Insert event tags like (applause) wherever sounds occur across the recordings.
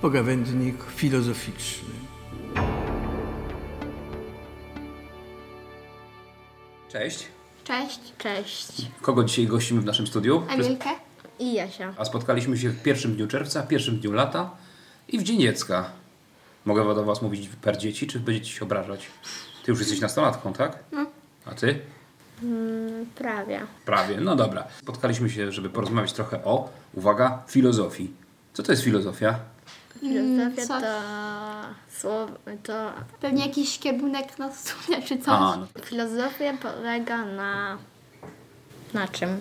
pogawędnik filozoficzny. Cześć. Cześć. Cześć. Kogo dzisiaj gościmy w naszym studiu? Emilkę i Jasia. A spotkaliśmy się w pierwszym dniu czerwca, pierwszym dniu lata i w Dzień Dziecka. Mogę do Was mówić per dzieci, czy będziecie się obrażać? Ty już jesteś nastolatką, tak? No. A Ty? Prawie. Prawie. No dobra. Spotkaliśmy się, żeby porozmawiać trochę o, uwaga, filozofii. Co to jest filozofia? Filozofia Mm, coś. to słowo, to... Pewnie jakiś kierunek nas sunie czy coś. A, no. Filozofia polega na... Na czym?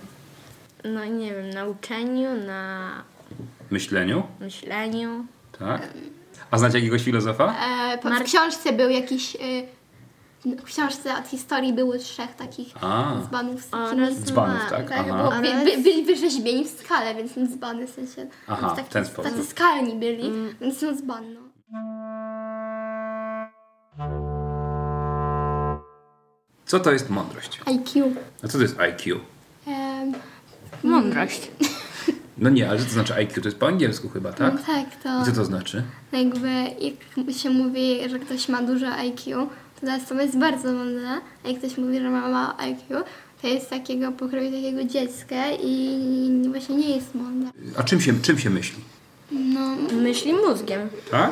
No nie wiem, na uczeniu, na Myśleniu, myśleniu. tak? A znacie jakiegoś filozofa? E, po, w Mar- książce był jakiś. Y, w książce od historii były trzech takich A. dzbanów. z- Oraz Dzbanów, ma- tak? Tak, Aha. bo by, by, byli wyrzeźbieni w skale, więc są dzbany w sensie. Aha, więc w ten sposób. Tacy skalni byli, Mm. więc są dzban. No. Co to jest mądrość? IQ. A co to jest IQ? Em, Mądrość. No nie, ale co to znaczy IQ? To jest po angielsku chyba, tak? no tak, to. I co to znaczy? No jakby jak się mówi, że ktoś ma dużo IQ, to ta osoba jest bardzo mądra, a jak ktoś mówi, że ma mało IQ, to jest takiego pokroju takiego dziecka i właśnie nie jest mądra. A czym się, czym się myśli? No, Myśli mózgiem. Tak?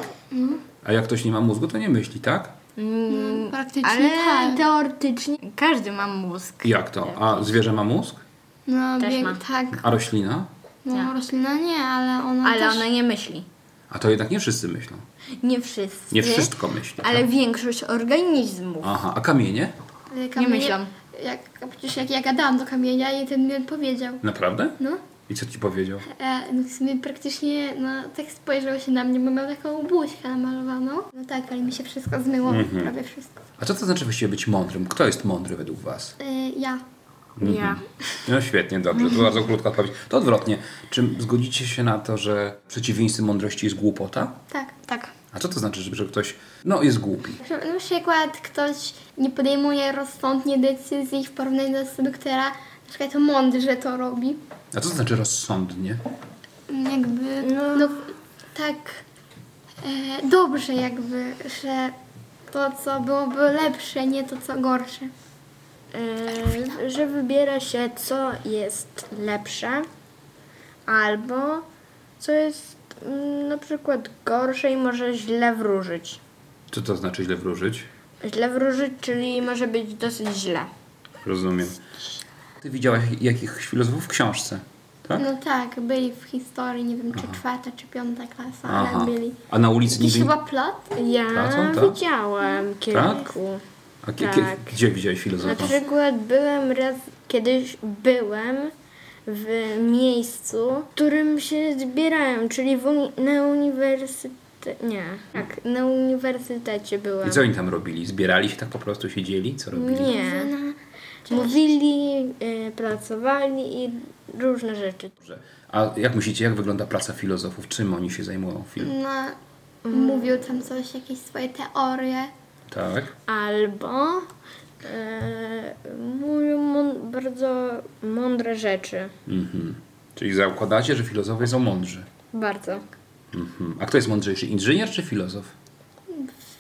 A jak ktoś nie ma mózgu, to nie myśli, tak? Mm, praktycznie Ale tak. teoretycznie każdy ma mózg. Jak to? A zwierzę ma mózg? No, Też jak ma. tak. A roślina? No, Tak. roślina nie, ale ona Ale też... ona nie myśli. A to jednak nie wszyscy myślą. Nie wszyscy. Nie wszystko myśli. tak? Ale większość organizmów. Aha, a kamienie? Ale kamienie- myślą. Jak, przecież jak ja gadałam do kamienia i ten mi odpowiedział. Naprawdę? No. I co ci powiedział? E, no w sumie praktycznie, no tak spojrzał się na mnie, bo miał taką buźkę namalowaną. No tak, ale mi się wszystko zmyło, prawie wszystko. A co to znaczy właściwie być mądrym? Kto jest mądry według was? E, ja. Ja. No świetnie, dobrze. To bardzo krótka odpowiedź. To odwrotnie. Czy zgodzicie się na to, że przeciwieństwem mądrości jest głupota? Tak. Tak. A co to znaczy, że że ktoś no, jest głupi? Że Na przykład ktoś nie podejmuje rozsądnie decyzji w porównaniu do osoby, która na przykład to mądrze to robi. A co to znaczy rozsądnie? Jakby, No. no, tak e, dobrze jakby, że to co byłoby lepsze, nie to co gorsze. Yy, że wybiera się, co jest lepsze, albo co jest mm, na przykład gorsze i może źle wróżyć. Co to znaczy źle wróżyć? Źle wróżyć, czyli może być dosyć źle. Rozumiem. Ty widziałaś jakichś filozofów w książce, tak? No tak, byli w historii, nie wiem czy czwarta czy piąta klasa, Aha. ale byli. A na ulicy Jakiś nigdy... chyba plot? Ja Tracą, tak? widziałem kilku. A kie- Tak. kie- gdzie widziałeś Na filozofa? Znaczy- przykład byłem raz, kiedyś byłem w miejscu, w którym się zbierałem, czyli w uni- na uniwersytecie. Nie, tak, na uniwersytecie byłem. I co oni tam robili? Zbierali się tak po prostu, siedzieli? Co robili? Nie. Mówili, y, pracowali i różne rzeczy. Dobrze. A jak myślicie, jak wygląda praca filozofów? Czym oni się zajmują? Film? No, mówił tam coś, jakieś swoje teorie. Tak? Albo y, mówią mą- bardzo mądre rzeczy. Mhm. Czyli zakładacie, że filozofowie są mądrzy. Bardzo. Mhm. A kto jest mądrzejszy? Inżynier czy filozof?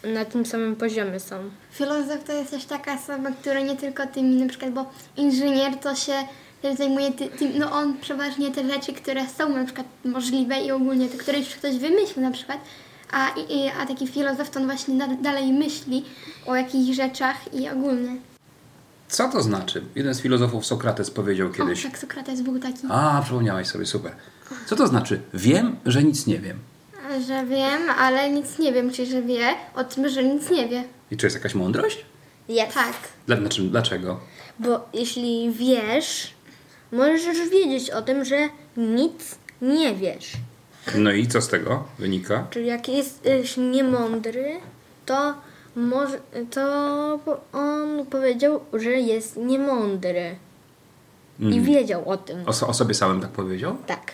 Na tym samym poziomie są. Filozof to jest też taka osoba, która nie tylko tymi, na przykład, bo inżynier to się też zajmuje ty, tym, no on przeważnie te rzeczy, które są na przykład możliwe i ogólnie te, które już ktoś wymyślił na przykład, a, i, i- a taki filozof to on właśnie da, dalej myśli o jakichś rzeczach i ogólnie. Co to znaczy? Jeden z filozofów, Sokrates, powiedział kiedyś. O, tak Sokrates był taki, A, przypomniałeś sobie, super. Co to znaczy? Wiem, że nic nie wiem. że wiem, ale nic nie wiem, czyli że wie o tym, że nic nie wie. I czy jest jakaś mądrość? Jest. Tak. Dla, znaczy, dlaczego? Bo jeśli wiesz, możesz wiedzieć o tym, że nic nie wiesz. No i co z tego wynika? Czyli jak jesteś niemądry, to, może, to po- on powiedział, że jest niemądry. I wiedział o tym. O, so- o sobie samym tak powiedział? Tak.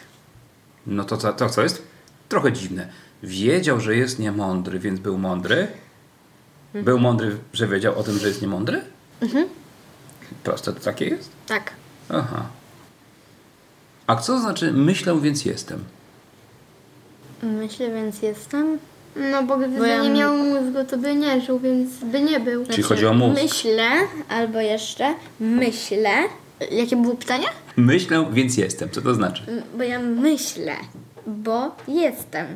No to, co- to co jest? Trochę dziwne. Wiedział, że jest niemądry, więc był mądry. Był mądry, że wiedział o tym, że jest niemądry? Mhm. Proste to takie jest? Tak. Aha. A co znaczy myślę, więc jestem? Myślę, więc jestem. No bo gdyby Bo ja nie mam- miał mózgu, to by nie żył, więc by nie był. Czyli chodzi o mózg. Myślę, albo jeszcze myślę. Jakie było pytanie? Myślę, więc jestem. Co to znaczy? M- Bo ja myślę, bo jestem.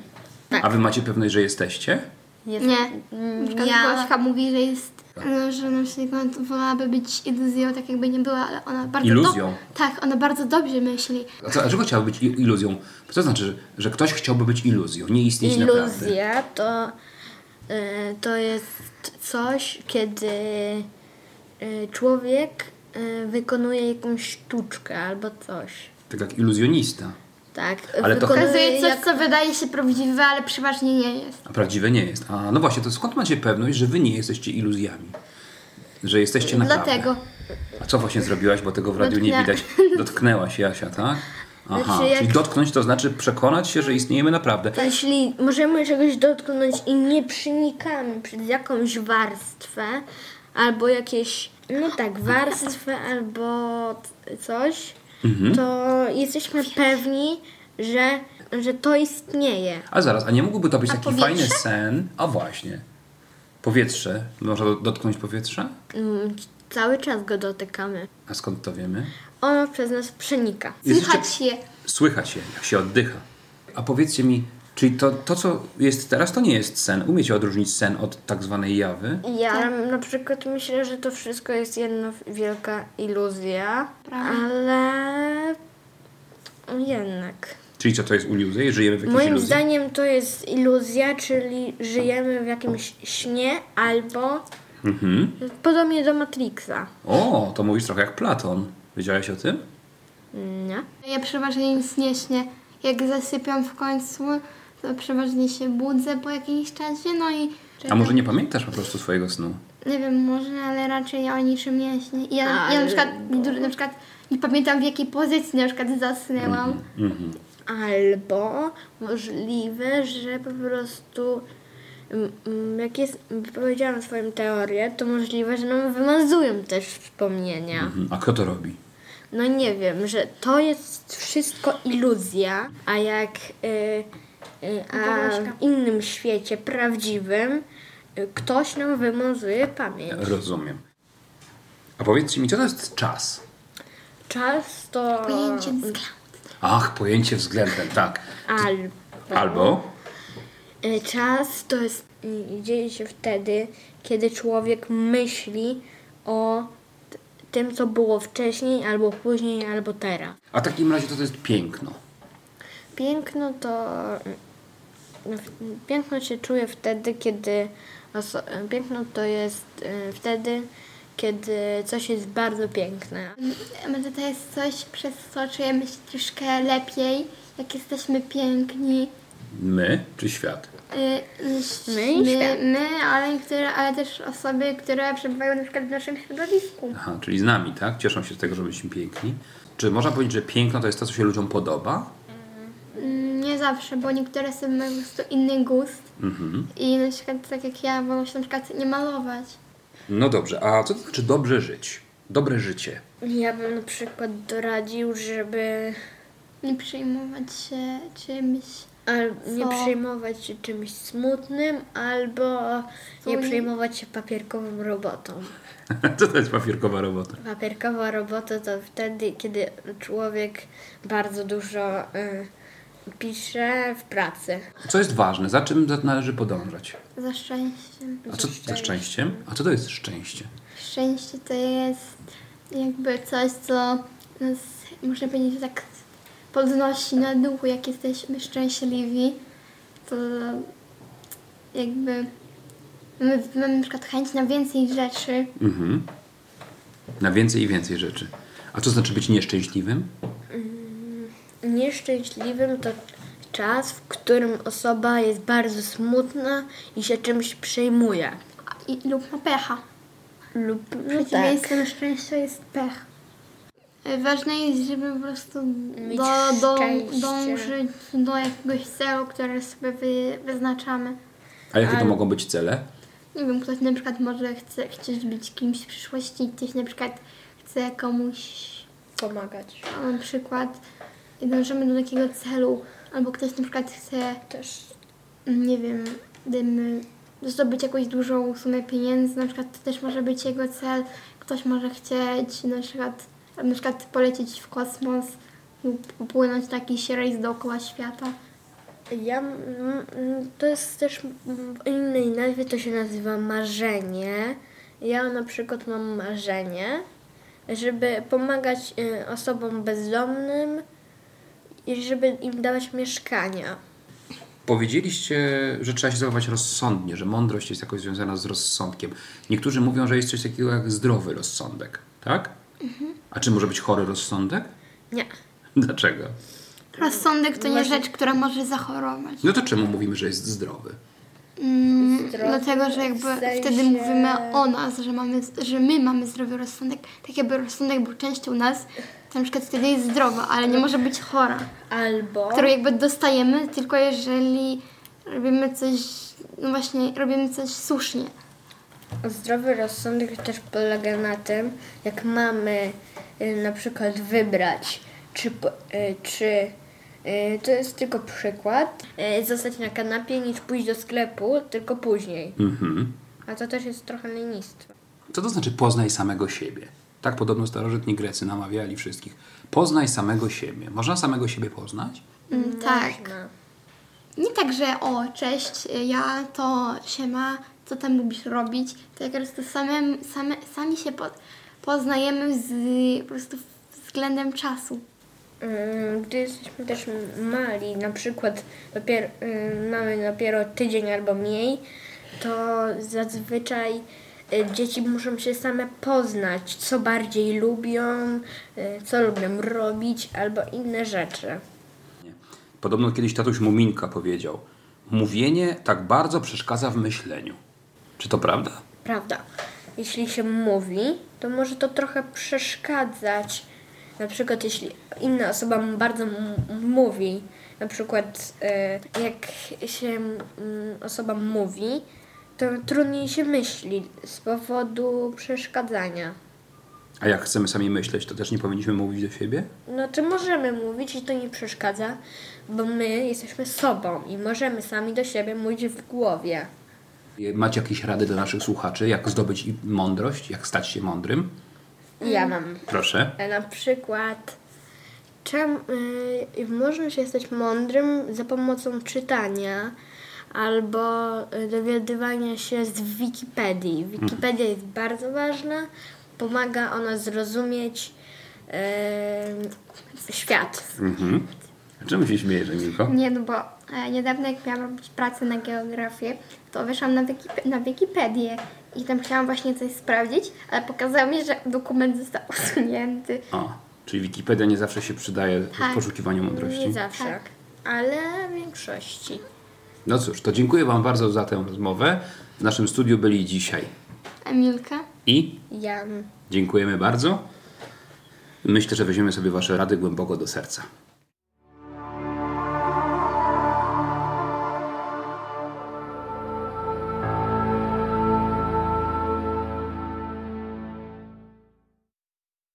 Tak, A wy macie pewność, że jesteście? Jest, Nie. Mm, Na przykład Ja Gośka mówi, że jest, no, że na przykład wolałaby być iluzją, tak jakby nie była, ale ona bardzo... Iluzją? dob- tak, ona bardzo dobrze myśli. A co- Dlaczego chciałby być i- iluzją? Co to znaczy, że ktoś chciałby być iluzją, nie istnieć naprawdę? iluzja to, y, to jest coś, kiedy y, człowiek y, wykonuje jakąś sztuczkę albo coś. Tak jak iluzjonista. Tak. Ale to- wykonuje Pokazuje coś, jak- co wydaje się prawdziwe, ale przeważnie nie jest. A prawdziwe nie jest. A no właśnie, to skąd macie pewność, że wy nie jesteście iluzjami? Że jesteście naprawdę. E, Dlatego. A co właśnie zrobiłaś, bo tego w radiu nie Dotknę- (laughs) widać? Dotknęłaś Jasia, tak? Aha, Znaczy, jak- czyli dotknąć to znaczy przekonać się, że istniejemy naprawdę. tak. Jeśli możemy czegoś dotknąć i nie przenikamy przez jakąś warstwę albo jakieś, no tak, warstwę albo t- coś, Mhm. to jesteśmy pewni, że, że to istnieje. A zaraz, a nie mógłby to być A taki powietrze? fajny sen? A właśnie. Powietrze. Można do- dotknąć powietrza? Mm, Cały czas go dotykamy. A skąd to wiemy? Ono przez nas przenika. Jest Słychać je. Słychać się, jak się oddycha. A powiedzcie mi, czyli to, to co jest teraz, to nie jest sen. Umiecie odróżnić sen od tak zwanej jawy? Ja na przykład myślę, że to wszystko jest jedna wielka iluzja, Prawda. ale jednak. Czyli co to jest iluzja? Żyjemy w jakiejś Moim iluzji? zdaniem to jest iluzja, czyli żyjemy w jakimś śnie albo podobnie do Matrixa. O, to mówisz trochę jak Platon. Wiedziałeś o tym? Nie? Ja przeważnie nic nie śnię. Jak zasypiam w końcu, to przeważnie się budzę po jakimś czasie, no i... A może nie pamiętasz po prostu swojego snu? Nie wiem, może, ale raczej ja o niczym nie śnię. I Ja, ja Ale- na, przykład, na przykład nie pamiętam w jakiej pozycji na przykład zasnęłam. Mhm. Albo możliwe, że po prostu m, m, jak jest, powiedziałam swoją teorię, to możliwe, że nam wymazują też wspomnienia. Mhm. A kto to robi? No nie wiem, że to jest wszystko iluzja, a jak y, y, a w innym świecie prawdziwym y, ktoś nam wymazuje pamięć. Rozumiem. A powiedzcie mi, co to jest czas? Czas to Pojęcie względu. Ach, pojęcie względem, tak. albo. Albo Y, Czas to jest y, dzieje się wtedy, kiedy człowiek myśli o t- tym, co było wcześniej, albo później, albo teraz. A w takim razie to, to jest piękno. Piękno to. mm, Piękno się czuje wtedy, kiedy. Oso- e, piękno to jest y, wtedy, kiedy coś jest bardzo piękne. Może to jest coś, przez co czujemy się troszkę lepiej, jak jesteśmy piękni. My czy świat? Y, ś- My i świat. my, my ale, niektóre, ale też osoby, które przebywają na przykład w naszym środowisku. Aha, czyli z nami, tak? Cieszą się z tego, że byliśmy piękni. Czy można powiedzieć, że piękno to jest to, co się ludziom podoba? Mm, Nie zawsze, bo niektóre osoby mają po prostu inny gust. I na przykład tak jak ja, wolę się na przykład nie malować. No dobrze, a co to znaczy dobrze żyć? Dobre życie. (laughs) Ja bym na przykład doradził, żeby Nie przejmować się czymś. al- nie Co? przejmować się czymś smutnym, albo nie Słoni- przejmować się papierkową robotą. co to jest papierkowa robota? Papierkowa robota to wtedy, kiedy człowiek bardzo dużo y, pisze w pracy. Co jest ważne? Za czym za- należy podążać? Za szczęściem. A co za szczęściem? A co to jest szczęście? Szczęście to jest jakby coś, co nas, można powiedzieć, tak podnosi na duchu, jak jesteśmy szczęśliwi, to jakby mamy, mamy na przykład chęć na więcej rzeczy. Mhm. Na więcej i więcej rzeczy. A co znaczy być nieszczęśliwym? Nieszczęśliwym to czas, w którym osoba jest bardzo smutna i się czymś przejmuje. a- I, lub ma pecha. Lub no tak. Przeciwieństwem szczęścia jest pech. Ważne jest, żeby po prostu Mieć do, do, szczęście. dążyć do jakiegoś celu, który sobie wy, wyznaczamy. A jakie to mogą być cele? Nie wiem, ktoś na przykład może chce, chcieć być kimś w przyszłości, ktoś na przykład chce komuś Pomagać. a, na przykład i dążymy do takiego celu, albo ktoś na przykład chce, Też. nie wiem, dym, zdobyć jakąś dużą sumę pieniędzy, na przykład to też może być jego cel, ktoś może chcieć na przykład, na przykład polecieć w kosmos lub popłynąć na jakiś rejs dookoła świata. Ja, mm, mm, to jest też mm, w innej nazwie, to się nazywa marzenie. Ja na przykład mam marzenie, żeby pomagać y, osobom bezdomnym i żeby im dawać mieszkania. Powiedzieliście, że trzeba się zachować rozsądnie, że mądrość jest jakoś związana z rozsądkiem. Niektórzy mówią, że jest coś takiego jak zdrowy rozsądek, tak? A czy może być chory rozsądek? (laughs) Nie. Dlaczego? Rozsądek to nie rzecz, która może zachorować. No to czemu mówimy, że jest zdrowy? Mm, Zdrowy, dlatego, że jakby w sensie- wtedy mówimy o nas, że, mamy, że my mamy zdrowy rozsądek. Tak jakby rozsądek był częścią nas, to na przykład wtedy jest zdrowa, ale nie może być chora, Albo. którą jakby dostajemy tylko jeżeli robimy coś, no właśnie, robimy coś słusznie. Zdrowy rozsądek też polega na tym, jak mamy y, na przykład wybrać, czy, po- y, czy y, to jest tylko przykład, y, zostać na kanapie niż pójść do sklepu, tylko później. Mhm. A to też jest trochę lenistwo. Co to znaczy poznaj samego siebie? Tak podobno starożytni Grecy namawiali wszystkich. Poznaj samego siebie. Można samego siebie poznać? Mm, tak. Można. Nie tak, że o, cześć, ja to się ma, co tam lubisz robić, to jak po prostu samym, same, sami się po, poznajemy z, po prostu względem czasu. Mm, Gdy jesteśmy też mali, na przykład dopiero, y, mamy dopiero tydzień albo mniej, to zazwyczaj y, dzieci muszą się same poznać, co bardziej lubią, y, co lubią robić albo inne rzeczy. Nie. Podobno kiedyś tatuś Muminka powiedział: Mówienie tak bardzo przeszkadza w myśleniu. Czy to prawda? Prawda. Jeśli się mówi, to może to trochę przeszkadzać. Na przykład, jeśli inna osoba mu bardzo m- mówi, na przykład e, jak się mm, osoba mówi, to trudniej się myśli z powodu przeszkadzania. A jak chcemy sami myśleć, to też nie powinniśmy mówić do siebie? No, czy możemy mówić i to nie przeszkadza, bo my jesteśmy sobą i możemy sami do siebie mówić w głowie. Macie jakieś rady dla naszych słuchaczy, jak zdobyć i- mądrość, jak stać się mądrym? Ja mam Proszę. E, Na przykład, czym y, można się stać mądrym za pomocą czytania albo y, dowiadywania się z Wikipedii. Wikipedia jest bardzo ważna, pomaga ona zrozumieć y, świat. Mhm. A Czemu się śmiejesz, Emilko? Nie, no bo e, niedawno jak miałam robić pracę na geografię, to wyszłam na, Wikip- na Wikipedię i tam chciałam właśnie coś sprawdzić, ale pokazało mi, że dokument został (laughs) usunięty. O, czyli Wikipedia nie zawsze się przydaje w Tak. poszukiwaniu mądrości. Nie zawsze, Tak. ale w większości. No cóż, to dziękuję Wam bardzo za tę rozmowę. W naszym studiu byli dzisiaj Emilka? i Jan. dziękujemy bardzo. Myślę, że weźmiemy sobie Wasze rady głęboko do serca.